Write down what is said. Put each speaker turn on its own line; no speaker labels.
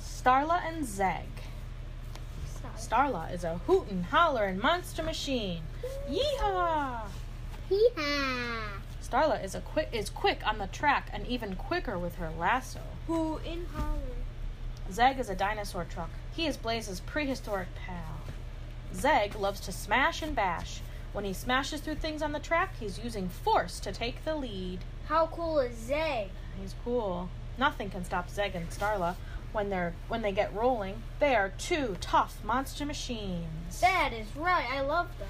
Starla and Zeg. Starla is a hootin', hollerin' monster machine. Yeehaw!
Hee-haw.
Starla is a quick is quick on the track and even quicker with her lasso.
Who in holler?
Zeg is a dinosaur truck. He is Blaze's prehistoric pal. Zeg loves to smash and bash. When he smashes through things on the track, he's using force to take the lead.
How cool is Zay?
He's cool. Nothing can stop Zeg and Starla when they're when they get rolling. They are two tough monster machines.
That is right. I love them.